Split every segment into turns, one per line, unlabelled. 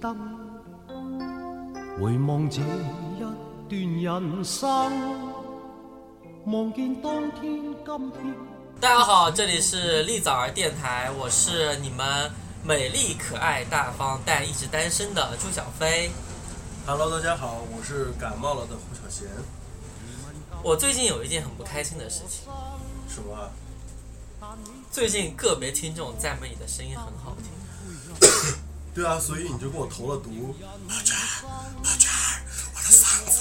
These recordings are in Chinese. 灯，回望这一段人生，望见当天今天。
大家好，这里是栗枣儿电台，我是你们美丽、可爱、大方但一直单身的朱小飞。
Hello，大家好，我是感冒了的胡小贤，
我最近有一件很不开心的事情，
什么啊？
最近个别听众赞美你的声音很好听，
对啊，所以你就给我投了毒。我这儿，我这儿，我的嗓子。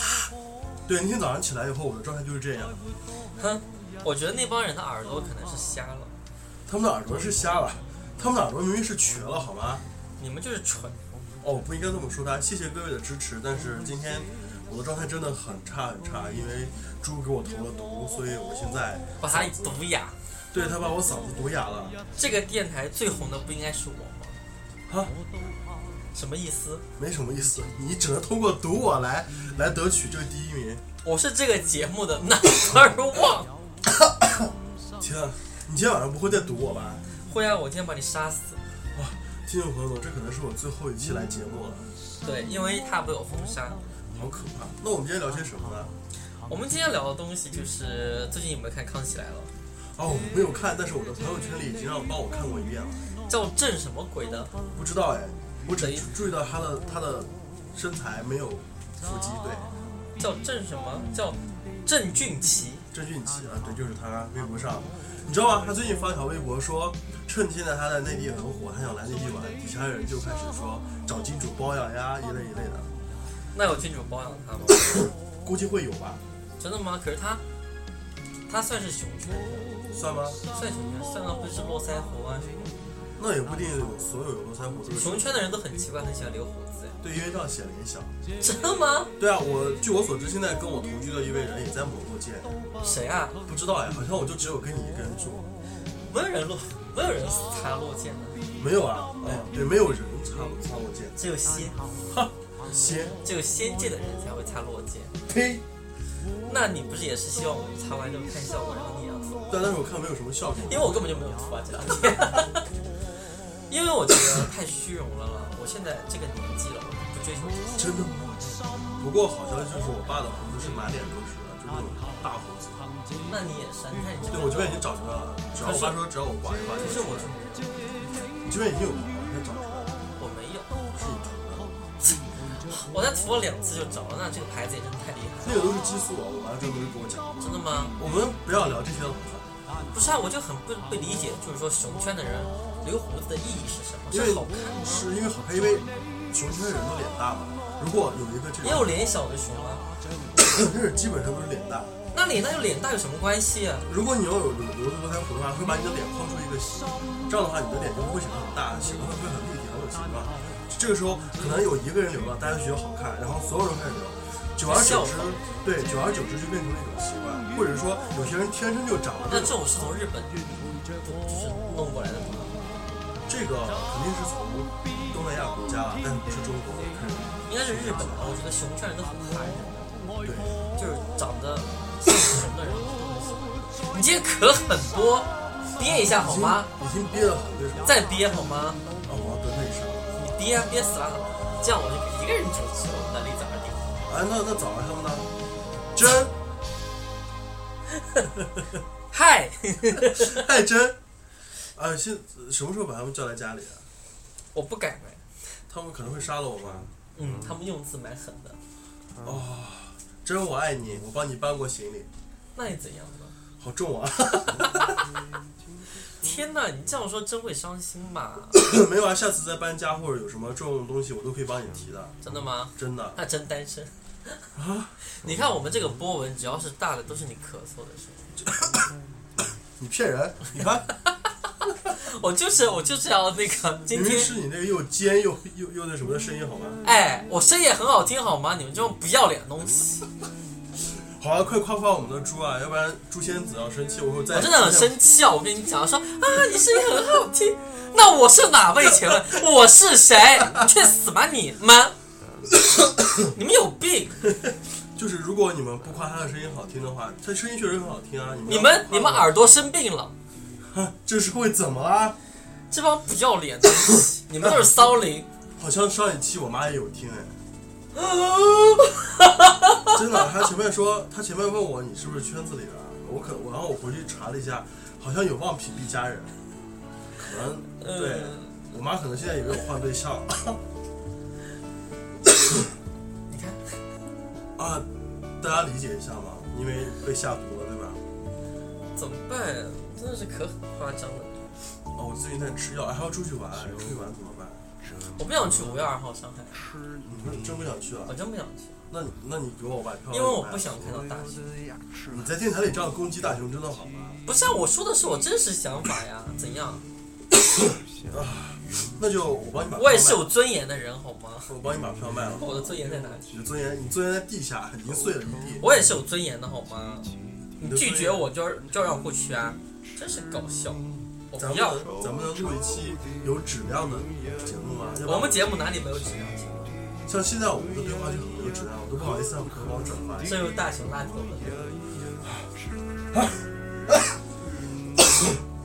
对，那天早上起来以后，我的状态就是这样。
哼，我觉得那帮人的耳朵可能是瞎了，
他们的耳朵是瞎了，他们的耳朵明明是瘸了，好吗？
你们就是蠢。
哦，不应该这么说他。谢谢各位的支持，但是今天我的状态真的很差很差，因为猪给我投了毒，所以我现在
把它毒哑。
对他把我嗓子毒哑了。
这个电台最红的不应该是我吗？
啊，
什么意思？
没什么意思，你只能通过毒我来来得取这个第一名。
我是这个节目的 number one。
天啊，你今天晚上不会再毒我吧？
会啊，我今天把你杀死。
哇，听众朋友们，这可能是我最后一期来节目了，
对，因为他被我封杀。
好可怕。那我们今天聊些什么呢？
我们今天聊的东西就是最近有没有看《康熙来了
哦，我没有看，但是我的朋友圈里已经让我帮我看过一遍了。》？
叫郑什么鬼的？
不知道哎，我只
等于
注意到他的他的身材没有腹肌，对，
叫郑什么？叫郑俊奇。
郑俊奇啊，对，就是他。微博上，你知道吗？他最近发一条微博说，趁现在他在内地很火，他想来内地玩，底下人就开始说找金主包养呀，一类一类的，
那有金主包养他吗？
估计会有吧？
真的吗？可是他，他算是熊圈，
算吗？
算熊圈，算到不是络腮胡啊什么的。
那也不一定有所有络腮胡都是
熊。圈的人都很奇怪，很喜欢留胡子。
对，因为这样显脸小。
真的吗？
对啊，我据我所知，现在跟我同居的一位人也在某洛见，
谁啊？
不知道哎，好像我就只有跟你一个人住，
没有人落，没有人擦落剑的，
没有啊，
嗯
哎，对，没有人插插洛见，
只有仙，
哈，仙，
只有仙界的人才会擦落剑。
呸，
那你不是也是希望我们擦完之后看效果，然后你也要做？
但但是我看没有什么效果，
因为我根本就没有涂啊这两天，因为我觉得太虚荣了啦。我现在这个年纪了，我不追求这些。
真的吗？不过好消息就是我爸的胡子是满脸都是的，就那种大胡子，
那你也是啊，你看你这
对
个，
我这边已经长出来了，只要我爸说只要我刮一刮就
可是
是
我是没有，
你这边已经有毛了，它长出来了，
我没有，
是你涂的，
我才涂了两次就着了，那这个牌子也真的太厉害
那个都是激素啊，我妈专门给我讲，
了，真的吗？
我们不要聊这些了，好吧？
不是啊，我就很不不理解，就是说熊圈的人留胡子的意义是什么？
因
是
为
好看吗？
是因为好看，因为熊圈人的脸大嘛。如果有一个这
也有
种，
脸小的熊啊，
但是基本上都是脸大。
那脸大有脸大有什么关系啊？
如果你要有留留络腮胡的话，会把你的脸框出一个形，这样的话你的脸就不会显得很大，显得会很立体、很有形状。这个时候可能有一个人留了，大家就觉得好看，然后所有人开始留，久而久
效
之
果，
对，久而久之就变成一种习惯，或者说有些人天生就长了
那
这
这种
种，
是从日本就是弄过来的吗？
这个肯定是从东南亚国家，但是不是中国开始
应该是日本吧？我觉得熊圈人都很害人。
对，
就是长得像熊的人。你今天咳很多，憋一下好吗？
已经已经憋得很那什么，
再憋好吗？
啊，我要得内伤了。
你憋啊，憋死了！这样我就可以一个人主持我们的栗子二弟。
啊，那那早上他们呢？真，
嗨，
哎真，啊，现什么时候把他们叫来家里啊？
我不敢买。
他们可能会杀了我吗？
嗯，他们用字蛮狠的。
真，我爱你，我帮你搬过行李，
那你怎样呢？
好重啊！
天哪，你这样说真会伤心吧？
没有啊，下次再搬家或者有什么重东西，我都可以帮你提的，
真的吗？
真的。
那真单身。 你看我们这个波纹，只要是大的都是你咳嗽的声音。
你骗人！你 看，
我就是我就是要那个今
明明
天
是你那个又尖又又又那什么的声音，好吗？
哎，我声音也很好听好吗？你们这种不要脸的东西。
好啊，快夸夸我们的猪啊，要不然猪仙子要生气，我会再
哦我真的很生气啊！我跟你讲，说啊，你声音很好听，那我是哪位？请问我是谁？去死吧你们！你们有病！
就是如果你们不夸他的声音好听的话，他声音确实很好听啊。你
你
们要
们
夸
你们
他
耳朵生病了，
这是会怎么啦？
这帮不要脸的东西，你们都是骚灵。
好像上一期我妈也有听 哎，真的，她前面说，她前面问我你是不是圈子里人，我可我然后我回去查了一下，好像有望屏蔽家人，可能对
嗯
我妈可能现在以为我换对象 了
你看，
啊，大家理解一下嘛，因为被下毒了对吧？
怎么办？真的是可夸张了。
哦，我最近在吃药，还要出去玩，出去玩怎么办？
我不想去五月二号上海，嗯
你不是真不想去啊
我？真不想去，
那你那你给我把票，
因为我不想看到大熊。
你在电台里这样攻击大熊真的好吗？
不是啊，我说的是我真实想法呀，怎样？
那就我帮你把票卖了，
我也是有尊严的人，好吗？
我帮你把票卖了。
我的尊严在哪里？
你的尊严，你尊严在地下，已经碎了一地。
我也是有尊严的，好吗？
你的
拒
尊
绝
严，
我就就让我过去啊，真是搞笑！我
咱
不
们
要。
能咱们能录一期有质量的节目吗？要不然
我们节目哪里没有质量？
像现在我们的对话就很没有质量，我都不好意思让朋友转发。
这就是大熊辣条的。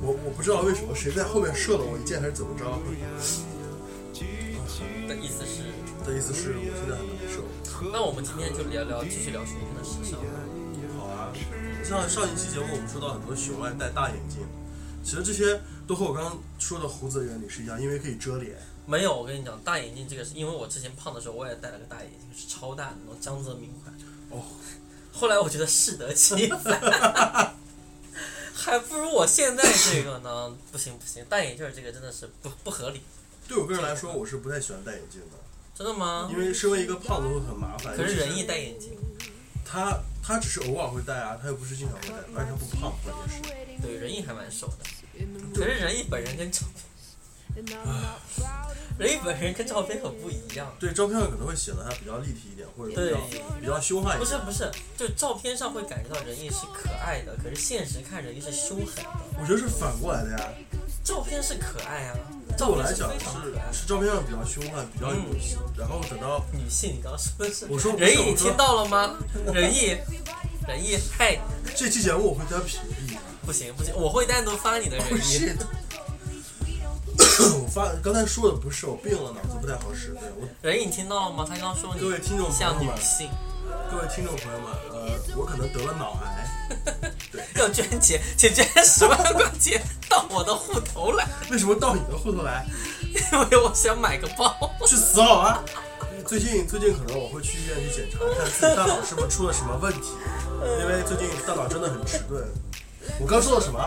我我不知道为什么谁在后面射了我一箭还是怎么着，
的意思是，
的意思是我现在很难受。
那我们今天就聊聊，继续聊熊熊的时尚。
好啊，像上一期节目我们说到很多熊爱戴大眼镜，其实这些都和我刚刚说的胡子的原理是一样，因为可以遮脸。
没有，我跟你讲，大眼镜这个是因为我之前胖的时候，我也戴了个大眼镜，是超大的那种江泽民款。
哦，
后来我觉得适得其 反，还不如我现在这个呢。不行不行，戴眼镜这个真的是不不合理。
对我个人来说，我是不太喜欢戴眼镜的，
真的吗
因？为身为一个胖子会很麻烦。
可是
尤其
仁义戴眼镜，
他他只是偶尔会戴啊，他又不是经常会戴，而且他不胖，关键是。
对仁义还蛮瘦的。可是仁义本人跟照片，仁义本人跟照片可不一样。
对，照片上可能会显得他比较立体一点，或者比
对
较比较凶悍一
不是
点。
不是，就照片上会感觉到仁义是可爱的，可是现实看仁义是凶狠的。
我觉得是反过来的呀。
照片是可爱啊，
对
照
我
片
来
是
讲
非常可爱
是。是照片上比较凶悍，比较有，
嗯
然后等到
女性，你刚刚说的是，
我说不是
仁
我
义，
说
听到了吗？仁义，仁义，嗨，
这期节目我会给他屏蔽。
不行不行，我会单独发你的
不
仁义。
是， 我发刚才说的不是，我病了，脑子不太好使。对我
仁义，你听到了吗？他刚刚说你
各位听众朋友
像
们
女性，
各位听众朋友们，呃，我可能得了脑癌，
要捐钱， 请捐十万块钱到我的户头来，
为什么到你的户头来？
因为我想买个包。
去死好啊！最近最近可能我会去医院去检查，看自己大脑是不是出了什么问题，因为最近大脑真的很迟钝。我刚说了什么？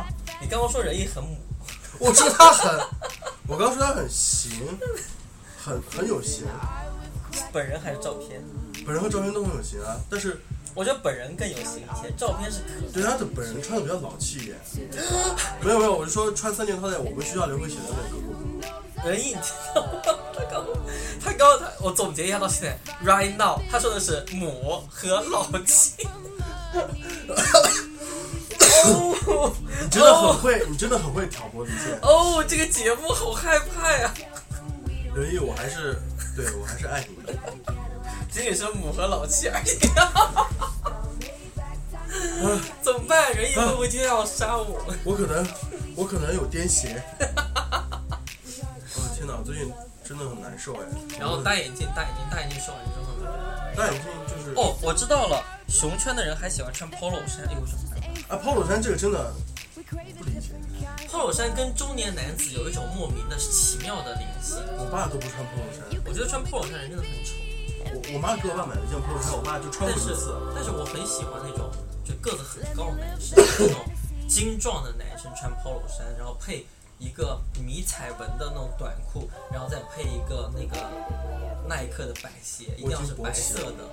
你刚刚说仁义很母，
我说他很， 我刚说他很行，很很有型，
本人还是照片？
本人和照片都很有型啊。但是
我觉得本人更有型一些，照片是可
对他的本人穿的比较老气一 点。没有没有，我是说穿三件套在我们学校流会显得那个。
仁哎义，你知道吗？他刚他刚他，我总结一下到现在，right now，他说的是母和老七。哦
你真的很会，你真的很会挑拨离间。
哦，这个节目好害怕呀！
仁义，我还是对我还是爱你 的。
仅仅是母和老七而已。啊怎么办？仁义会不会今天要杀我？
我可能我可能有癫痫。 哦天哪，我最近真的很难受哎。
然后戴眼镜，戴眼镜，戴眼镜说完之后呢？
戴眼镜就是
哦，我知道了，熊圈的人还喜欢穿 polo 衫，哎，为什么？
啊，polo 衫这个真的不理解，
polo 衫跟中年男子有一种莫名的奇妙的联系。
我爸都不穿 polo 衫。
我觉得穿 polo 衫人真的很丑，
我我妈给我爸买了一件 polo 衫，我爸就穿
但
过
是
一次。
但是我很喜欢那种就个子很高的男生，那种精壮的男生穿 polo 衫，然后配一个迷彩纹的那种短裤，然后再配一个那个耐克的白鞋，一定要是白色的，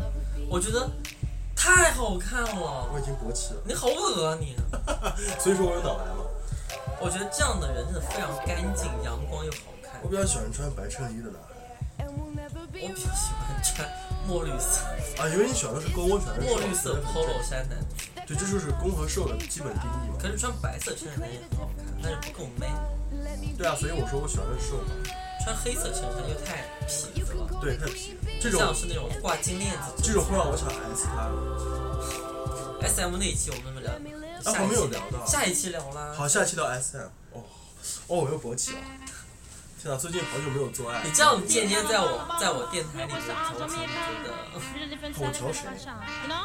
我觉得太好看了。
我已经勃起了，
你好恶啊你！
所以说我有脑癌嘛。
我觉得这样的人真的非常干净、阳光又好看。
我
我
比较喜欢穿白衬衣的男孩。
比较喜欢穿墨绿色、
啊，因为你选的是勾，我选的是
墨绿色 polo 衫男子。
对，这就是攻和受的基本定义嘛。
可是穿白色衬衫也很好看，但是不够 man。
对啊，所以我说我选的是受嘛。
穿黑色衬衫又太痞子了，
对，太皮，这种
像是那种挂金链子。
这种会让我想 S 他。
S M 那一期我们没聊，
啊
下
我
一
们
期
有聊到
下一期聊啦。
好，下期到 S M。哦哦，我又勃起了。天哪，最近好久没有做爱
你，这样间接在我在我电台里面调情，你觉得
我瞧谁？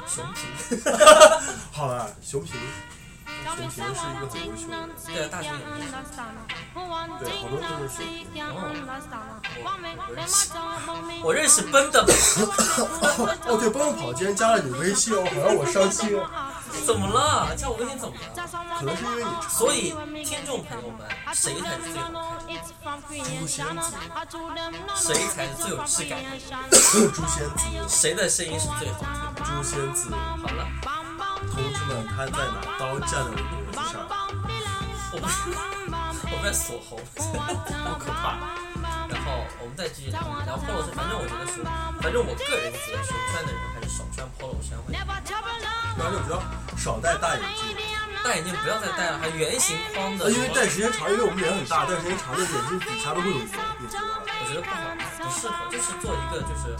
熊平？
好了，熊平，熊平是一个很优秀的人。
哦我认识奔的，
哦，对，奔跑今天加了你微信哦，好像我伤心哦，
怎么了？加我微信怎么了？
可能是因为你长
所以听众朋友们，
啊
谁才是最好看的？
诛仙子，
谁才是最有质感的？
诛仙子，
谁的声音是最好听的？
诛仙子，
好了，
同志们，他在拿刀架在我的脖子上。
我们我们在 锁喉，好可怕。然后我们再继续聊，聊 polo 衫，反正我觉得是，反正我个人觉得是穿的人还是少穿 polo 衫会好。
然后就比较少戴大眼镜，
戴眼镜不要再戴了，还圆形框的，
呃，因为戴时间长，因为我们脸很大，戴时间长的眼睛底下都会有油，你知道吗？
我觉得不好，不适合，就是做一个就是，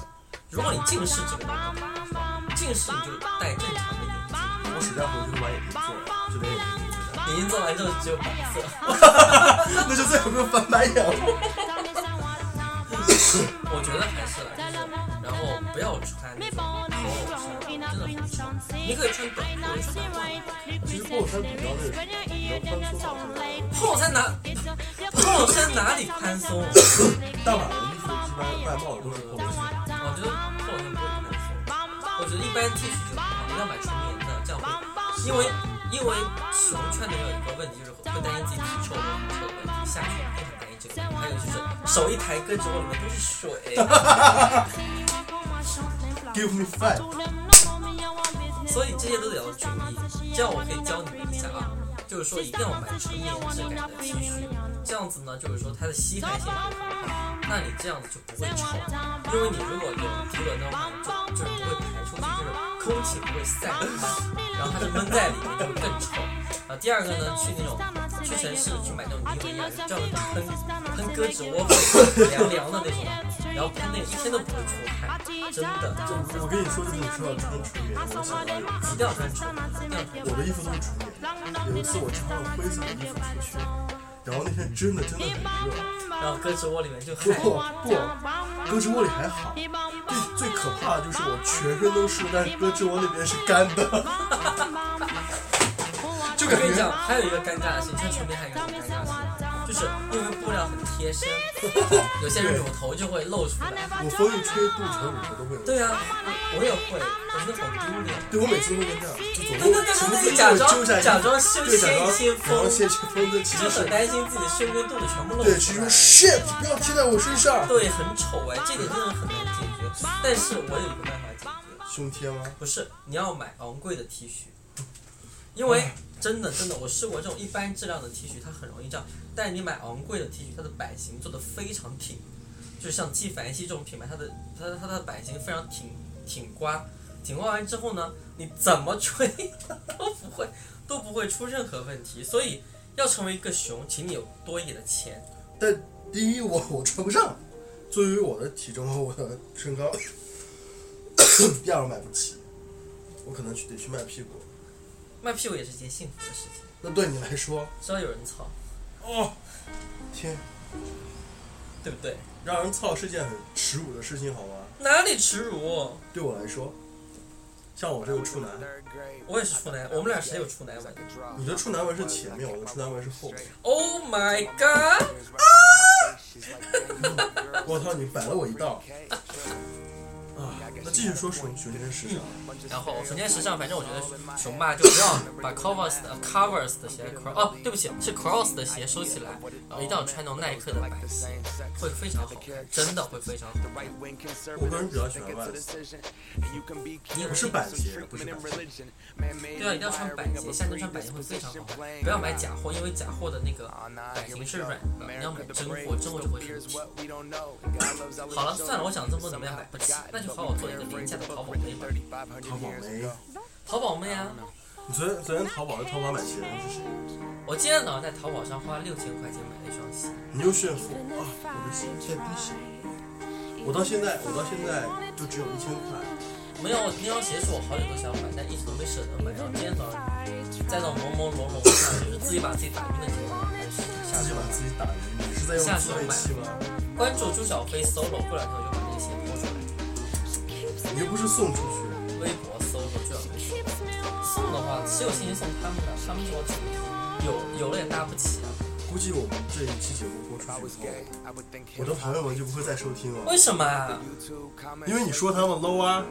如果你近视这个倒没办法，近视你就戴正常的眼镜，
我实在回去就把眼睛做了，就连眼睛都没戴，
眼镜做完之后只有白色。
那就再也没有翻白眼了。
我觉得还是来这种，然后不要穿那种 polo 衫，真的很丑。你可以穿短裤，穿短
其实破衫比较那个，比较宽松好看。
裤。polo 衫哪 polo 衫哪里宽松？我
大码的衣服一般外贸都是破衫，
觉得 polo 衫不会宽松，我觉得一般 T 恤就好，一定要买纯棉的，这样会。因为因为熊穿的有一个问题就是会担心自己体臭的臭的问题，夏天也很担心这个。还有就是手一抬胳肢窝里面都是水，
give me five。
所以这些都得要注意。这样我可以教你们一下啊，就是说一定要买纯棉质感的 T 恤，这样子呢，就是说它的吸汗性会很好，那你这样子就不会臭，因为你如果有涤纶的话，就就是不会排出去，就是空气不会散，然后它就闷在里面，就会更臭。啊，第二个呢，去那种去城市去买那种尼维雅，这样子喷喷胳肢窝会凉凉的那种，然后喷那个一天都不会出汗，真的，就
我跟你说，就是你说要穿纯棉，我想到有一
一定要穿纯棉，一定要穿纯棉。
我的衣服都是纯棉。有一次我穿了灰色的衣服出去，然后那天真的真的很热，
然后胳肢窝里面就汗
不。不，胳肢窝里还好，最最可怕的就是我全身都湿，但是胳肢窝那边是干的， 就
我
感
跟你讲，
觉
还有一个尴尬的事，情，穿纯棉还有一个尴尬的事，情，就是因为布料很贴身， 有些人乳头就会露出来。
我风一吹，肚脐里头都会有。
对啊，我也会，我觉得好丢脸。
对，我每次都会这样，就走
那
路
那那
情
那
不自
你
禁
假
地
装
揪下衣服
假装先
对，假
先
装
先
然后
封，
先去风筝，其
就
实是
很担心自己的胸跟肚子全部露
对，其
出
实
来。
shit，不要贴在我身上，
对，很丑哎，这点真的很难解决。但是我有一个办法解决，
胸贴吗？
不是，你要买昂贵的 T 恤，因为真的真的，我试过这种一般质量的 T 恤，它很容易这样。但你买昂贵的 T 恤，它的版型做的非常挺，就是像纪梵希这种品牌，它的它的它的版型非常挺挺刮，挺刮完之后呢，你怎么吹都不会都不会出任何问题。所以要成为一个熊，请你有多一点的钱。
但第一，我我穿不上，作为我的体重和我的身高，第二我买不起，我可能去得去卖屁股。
卖屁股也是一件幸福的事情，
那对你来说，
只要有人操，
哦，天，
对不对？
让人操是件很耻辱的事情，好吗？
哪里耻辱？
对我来说，像我这个处男，
我也是处男，我们俩谁有处男纹？
你的处男纹是前面，我的处男纹是后面。
Oh my god！
我操，你摆了我一道。啊，那继续说熊熊真时尚，
然后纯天时尚，反正我觉得熊吧就不要把 covers 的呃 covers 的鞋 cro 哦，对不起，是 cross 的鞋收起来，然后一定要穿那种耐克的白鞋，会非常好看，真的会非常好看。
我个人比较喜欢万斯。
你也
不是板鞋，不是板鞋，
对啊，一定要穿板鞋，夏天穿板鞋会非常好看。不要买假货，因为假货的那个版型是软的，你要买真货，真货就会很紧。好了，算了，我想这么多怎么样买不起，那就好好做一个廉价的淘宝妹吧。
淘宝没。
淘宝妹啊，
你昨天昨天淘宝在淘宝买鞋的是谁？
我今天早上在淘宝上花六千块钱买了一双鞋。
你又炫富啊！我的心在滴血。我到现在，我到现在就只有一千块。
没有，那双鞋是我好久都想买，但一直都没舍得买。然后今天早上在那种朦朦胧胧的，就是自己把自己打晕的结果，还是想
自己把自己打晕，你是在用
下
自
周
慰
买
器吗？
关注朱小飞 solo，过两天我就把那个鞋播出来。
你又不是送出去。
微博搜索朱小飞 solo，送的话是有信心送他们的，他们是我主力，有有了也搭不起啊。
估计我们这一期节目播出去以后，我的朋友们就不会再收听了，
为什么啊？
因为你说他们 low 啊，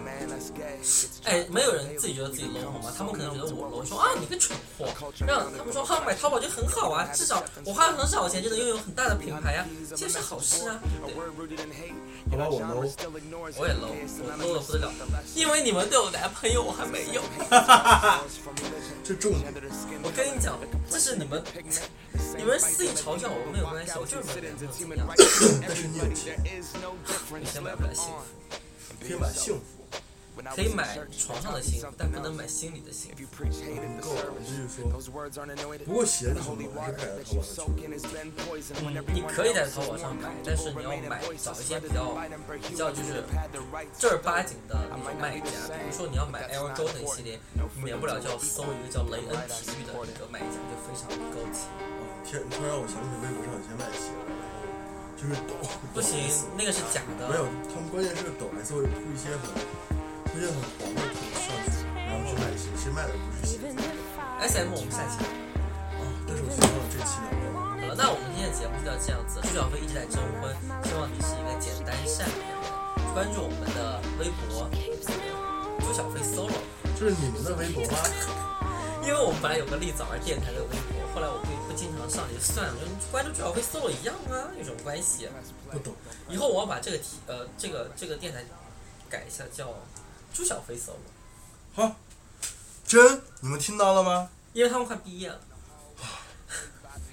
哎，没有人自己觉得自己 low 好吗？他们可能觉得我 low，说啊你个蠢货，让他们说哈、买淘宝就很好啊，至少我花了很少的钱就能拥有很大的品牌啊，这些是好事啊，对不对？
好吧，我 low，
我也 low，我 low 的不得了，因为你们都有男朋友，我还没有。
这重点。
我跟你讲，这是你们， 你们肆意嘲笑我没有关系，我就是没有男朋友，
但是你有钱，
你先买不来幸福，
可以买幸福，
可以买床上的幸福，但不能买心里的幸福。
不够了。我继续说，不过鞋子什么的我还是改了淘宝的去。
你可以在淘宝上买，但是你要买找一些比较比较就是正儿八经的那种卖家，比如说你要买 Air Jordan 系列，你免不了就要搜一个叫雷恩体育的一个卖家，就非常高级。
天，突然我想起微博上有些卖鞋的，然后就是抖，
不行，那个是假的。
没有，他们关键是抖 S 会铺一些很铺一些很黄的图上去，然后去卖鞋，其实卖的不是鞋子。
S M 我们下期聊。
啊，但是我觉得这期聊了。
好了，那我们今天的节目就到这样子。朱小飞一直在征婚，希望你是一个简单善良的人。关注我们的微博，朱小飞 solo。
这是你们的微博啊吗？
因为我们本来有个立早儿电台的微博，后来我不不经常上，也就算了，就关注朱小飞 solo 一样啊，有什么关系？
不懂，
以后我要把这个题呃这个这个电台改一下，叫朱小飞 solo，
好，真，你们听到了吗？
因为他们快毕业了。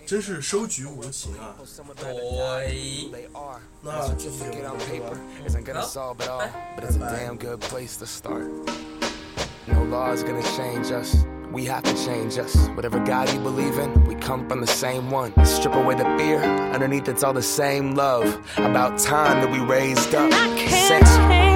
真是收局无情啊！
对。
那这期节目
Get
就
on
到这
paper
吧
isn't gonna
Well,
solve it all,
bye.
but it's a
Bye.
damn good place to start. No law is gonna change us. We have to change us. Whatever God you believe in, we come from the same one. Strip away the fear, underneath it's all the same love. About time that we raised up.
I can't
Sex,